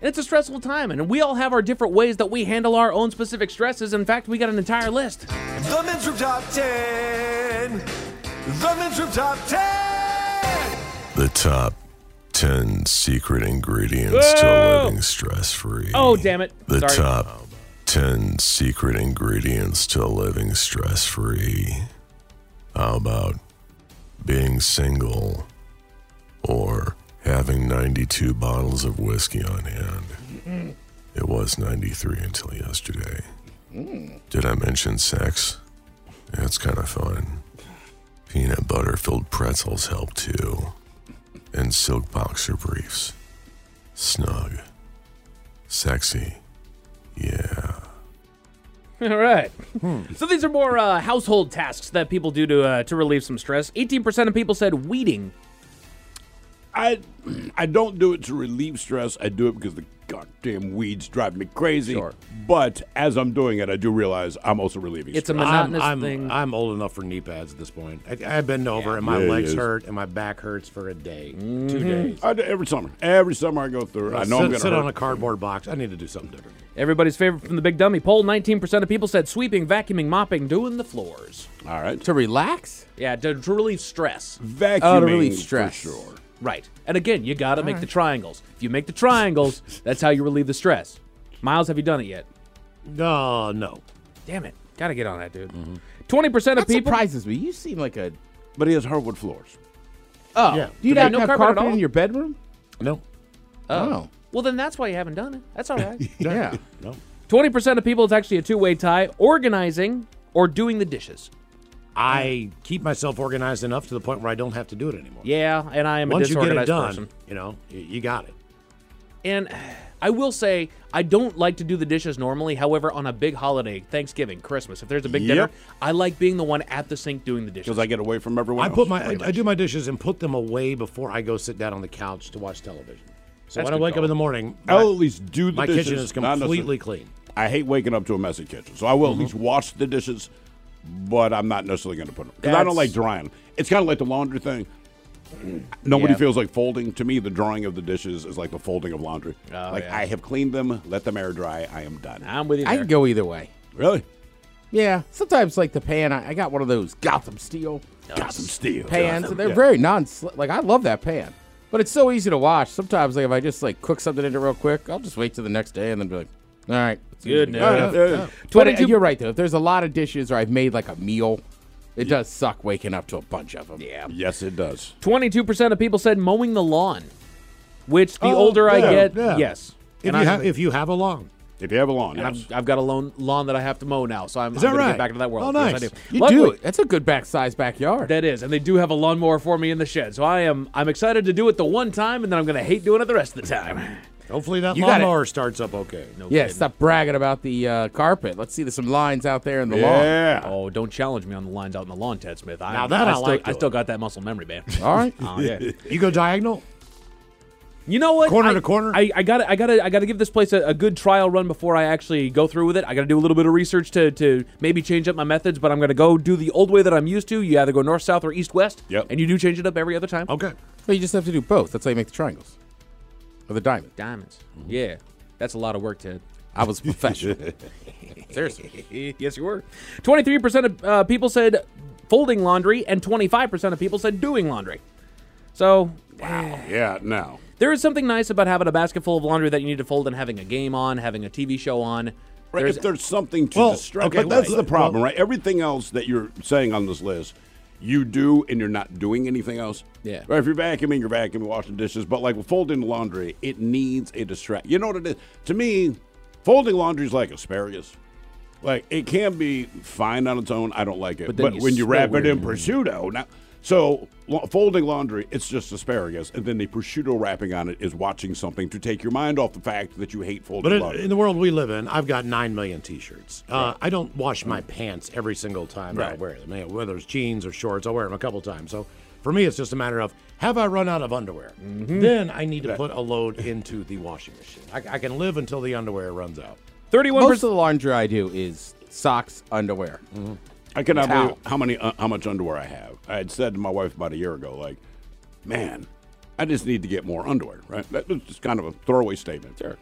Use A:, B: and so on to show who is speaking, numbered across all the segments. A: And it's a stressful time, and we all have our different ways that we handle our own specific stresses. In fact, we got an entire list.
B: The Men's Room Top 10. The Men's Room Top 10.
C: The top 10 secret ingredients
A: Whoa!
C: to living stress free.
A: Oh, damn it.
C: The
A: Sorry.
C: top 10 secret ingredients to living stress free. How about being single or having 92 bottles of whiskey on hand? It was 93 until yesterday.
A: Mm.
C: Did I mention sex? That's kind of fun. Peanut butter filled pretzels help too. And silk boxer briefs. Snug. Sexy. Yeah.
A: All right. So these are more uh, household tasks that people do to uh, to relieve some stress. Eighteen percent of people said weeding.
D: I I don't do it to relieve stress. I do it because the goddamn weeds drive me crazy.
A: Sure.
D: But as I'm doing it, I do realize I'm also relieving
A: It's a
D: stress.
A: monotonous
E: I'm,
A: thing.
E: I'm old enough for knee pads at this point. I, I bend over and my
D: Yeah, he
E: legs
D: is. Mm-hmm.
E: hurt and my back hurts for a day, two days.
D: I do every summer. Every summer I go through. it. I know
E: sit,
D: I'm gonna
E: sit
D: hurt.
E: on a cardboard box. I need to do something different.
A: Everybody's favorite from the big dummy poll. Nineteen percent of people said sweeping, vacuuming, mopping, doing the floors.
D: All right.
F: To relax?
A: Yeah, to, to relieve stress.
D: Vacuuming
F: Oh, to relieve stress.
D: for sure.
A: Right. And again, you gotta make the triangles. If you make the triangles, that's how you relieve the stress. Miles, have you done it yet?
D: Oh,
E: No, no.
A: Damn it. Gotta get on that, dude. 20% of
F: That
A: people.
F: surprises me. You seem like a.
D: But he has hardwood floors.
F: Oh,
E: Yeah.
F: you
A: Do they
F: don't
A: no
F: have
A: carpet at
F: carpet,
A: all?
F: in your bedroom?
E: No.
F: Oh,
A: Well, then that's why you haven't done it. That's all right.
F: yeah.
E: No.
A: 20% of people, it's actually a two way tie organizing or doing the dishes.
E: I keep myself organized enough to the point where I don't have to do it anymore.
A: Yeah, and I am a
E: Once you get
A: disorganized
E: it done,
A: person.
E: you know, y- you got it.
A: And I will say, I don't like to do the dishes normally. However, on a big holiday, Thanksgiving, Christmas, if there's a big dinner,
D: Yep.
A: I like being the one at the sink doing the dishes.
D: Because I get away from everyone
E: I
D: else.
E: put my I,
D: pretty
E: I
D: much.
E: do my dishes and put them away before I go sit down on the couch to watch television. So when
A: That's
E: I
A: good
E: wake
A: call.
E: up in the morning, my,
D: I'll at least do the
E: my
D: dishes.
E: kitchen is
D: not necessarily-
E: completely clean.
D: I hate waking up to a messy kitchen, so I
A: Mm-hmm.
D: will at least wash the dishes, but I'm not necessarily going to put them because I don't
A: That's- Mm.
D: like drying. 'em. It's kind of like the laundry thing. Nobody
A: Yeah.
D: feels like folding. To me, the drying of the dishes is like the folding of laundry.
A: Oh,
D: like
A: yeah.
D: I have cleaned them, let them air dry. I am done.
A: I'm with you.
F: I
A: there.
F: can go either way.
D: Really?
F: Yeah, sometimes like the pan. I, I got one of those Gotham Steel
D: Got some steel
F: pans, and they're
D: Oh, Yeah.
F: very non. Like I love that pan, but it's so easy to wash. Sometimes, like if I just like cook something in it real quick, I'll just wait till the next day and then be like, all right, it's easy
A: Good
F: to
A: now.
F: go."
D: Yeah, yeah, yeah.
F: But uh,
A: 22
F: you're right though. If there's a lot of dishes or I've made like a meal, it does suck waking up to a bunch of them. Yeah.
D: Yes, it does.
A: 22% of people said mowing the lawn, which the
E: Oh,
A: older I
E: yeah,
A: get,
E: yeah.
A: yes.
E: If you, have, if you have a lawn,
D: If you have a lawn,
A: And
D: yes.
A: I've, I've got a lawn, lawn that I have to mow now, so I'm,
E: Is that
A: I'm going to get
E: right?
A: back into that world.
E: Oh,
A: Yes, I
E: nice.
A: do.
F: You
A: Luckily,
F: do it. That's a good back size backyard.
A: That is, and they do have a lawnmower for me in the shed, so I am I'm excited to do it the one time, and then I'm going to hate doing it the rest of the time.
E: hopefully that
F: You got it.
E: lawnmower starts up okay. No.
F: yeah, stop bragging about the uh, carpet. Let's see there's some lines out there in the lawn.
D: yeah.
A: Oh, don't challenge me on the lines out in the lawn, Ted Smith. I,
E: Now that I
A: still,
E: like
A: I
E: doing.
A: still got that muscle memory, man.
F: All right.
A: Oh, yeah.
E: You go diagonal.
A: You know what?
E: Corner
A: I-
E: to corner?
A: I, I gotta I gotta I gotta give this place a, a good trial run before I actually go through with it. I gotta do a little bit of research to to maybe change up my methods, but I'm gonna go do the old way that I'm used to. You either go north, south, or east, west.
D: Yep.
A: And you do change it up every other time.
E: Okay.
F: But you just have to do both. That's how you make the triangles. Or the diamond.
A: Diamonds.
F: Mm-hmm.
A: Yeah. That's a lot of work, Ted.
F: I was professional. Seriously.
A: yes, you were. Twenty-three percent of uh, people said folding laundry, and twenty-five percent of people said doing laundry. So
D: Wow. Yeah. Now.
A: There is something nice about having a basket full of laundry that you need to fold and having a game on, having a TV show on.
D: Right,
A: There's-
D: if there's something to
E: Well,
D: distract,
E: okay,
D: but that's
E: right.
D: the problem, right? Everything else that you're saying on this list, you do, and you're not doing anything else.
A: Yeah.
D: Right. If you're vacuuming, you're vacuuming, washing dishes, but like folding laundry, it needs a distract. You know what it is? To me, folding laundry is like asparagus. Like it can be fine on its own. I don't like it, but,
A: then you
D: when you wrap
A: stir
D: it in
A: it.
D: prosciutto, now. So lo- folding laundry, it's just asparagus, and then the prosciutto wrapping on it is watching something to take your mind off the fact that you hate folding
E: But in,
D: laundry.
E: in the world we live in, I've got nine million T-shirts. Uh, I don't wash my pants every single time I
D: Right.
E: wear them. You know, Whether it's jeans or shorts, I wear them a couple times. So for me, it's just a matter of have I run out of underwear? Then I need to put a load into the washing machine. I, I can live until the underwear runs out.
A: 31%
F: Most of the laundry I do is socks, underwear.
D: I cannot
F: Towel.
D: believe how many uh, how much underwear I have. I had said to my wife about a year ago, like, man, I just need to get more underwear. Right? That was just kind of a throwaway statement. Sure.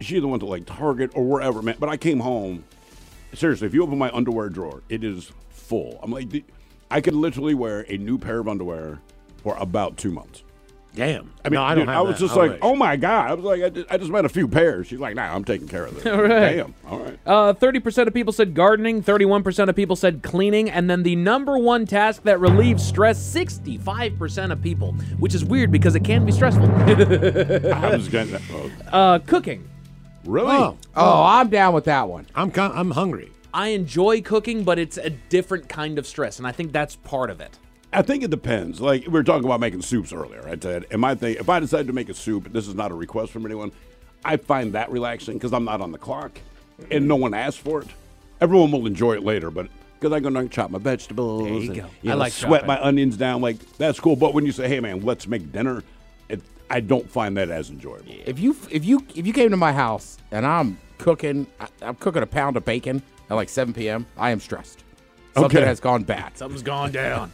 D: She either went to like Target or wherever, man. But I came home. Seriously, if you open my underwear drawer, it is full. I'm like, "The- I could literally wear a new pair of underwear for about two months.
E: Damn.
D: I mean,
E: no, I don't
D: dude,
E: have
D: I was
E: that.
D: just
E: don't
D: like,
E: know.
D: oh my god. I was like, I just, I just met a few pairs. She's like, nah, I'm taking care of this. All
A: right.
D: Damn. All right.
A: Uh, 30% of people said gardening, 31% of people said cleaning, and then the number one task that relieves stress, 65% of people, which is weird because it can be stressful.
D: I was getting that. oh,
A: uh, cooking.
D: really?
E: Oh,
F: Oh, I'm down with that one.
E: I'm con- I'm hungry.
A: I enjoy cooking, but it's a different kind of stress, and I think that's part of it.
D: I think it depends. Like we were talking about making soups earlier, right, Ted? And my thing, if I decide to make a soup, this is not a request from anyone. I find that relaxing because I'm not on the clock, and no one asked for it. Everyone will enjoy it later, but because I go and chop my vegetables,
A: There you
D: and,
A: go.
D: you
A: I
D: know,
A: like
D: sweat
A: chopping.
D: my onions down. Like that's cool. But when you say, "Hey, man, let's make dinner," it, I don't find that as enjoyable.
F: If you if you if you came to my house and I'm cooking, I, I'm cooking a pound of bacon at like 7 p.m. I am stressed. Something
D: Okay.
F: has gone bad.
A: Something's gone down.